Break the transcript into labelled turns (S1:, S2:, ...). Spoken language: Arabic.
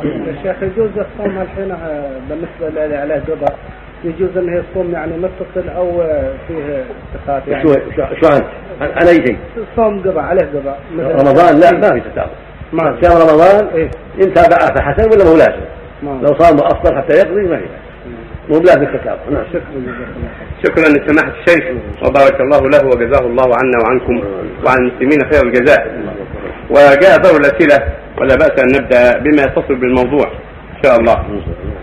S1: يا شيخ يجوز الصوم الحين آه، بالنسبه للي عليه جدر يجوز انه يصوم يعني متصل او آه، فيه سقاط يعني
S2: شو شو- شو انت؟ عن عن اي شيء؟
S1: صوم قضاء عليه قضاء مثل- إيه،
S2: رمضان لا ما في تتابع
S1: ما في.
S2: صيام رمضان
S1: إيه.
S2: ان تابعه فحسن ولا ما هو لازم؟
S1: ما
S2: لو صام وافطر حتى يقضي ما في بأس. مو بلازم التتابع نعم
S1: شكرا جزاكم الله خير.
S3: شكرا لسماحة الشيخ وبارك الله له وجزاه الله عنا وعنكم وعن المسلمين خير الجزاء وجاء دور الأسئلة ولا بأس أن نبدأ بما يتصل بالموضوع إن شاء الله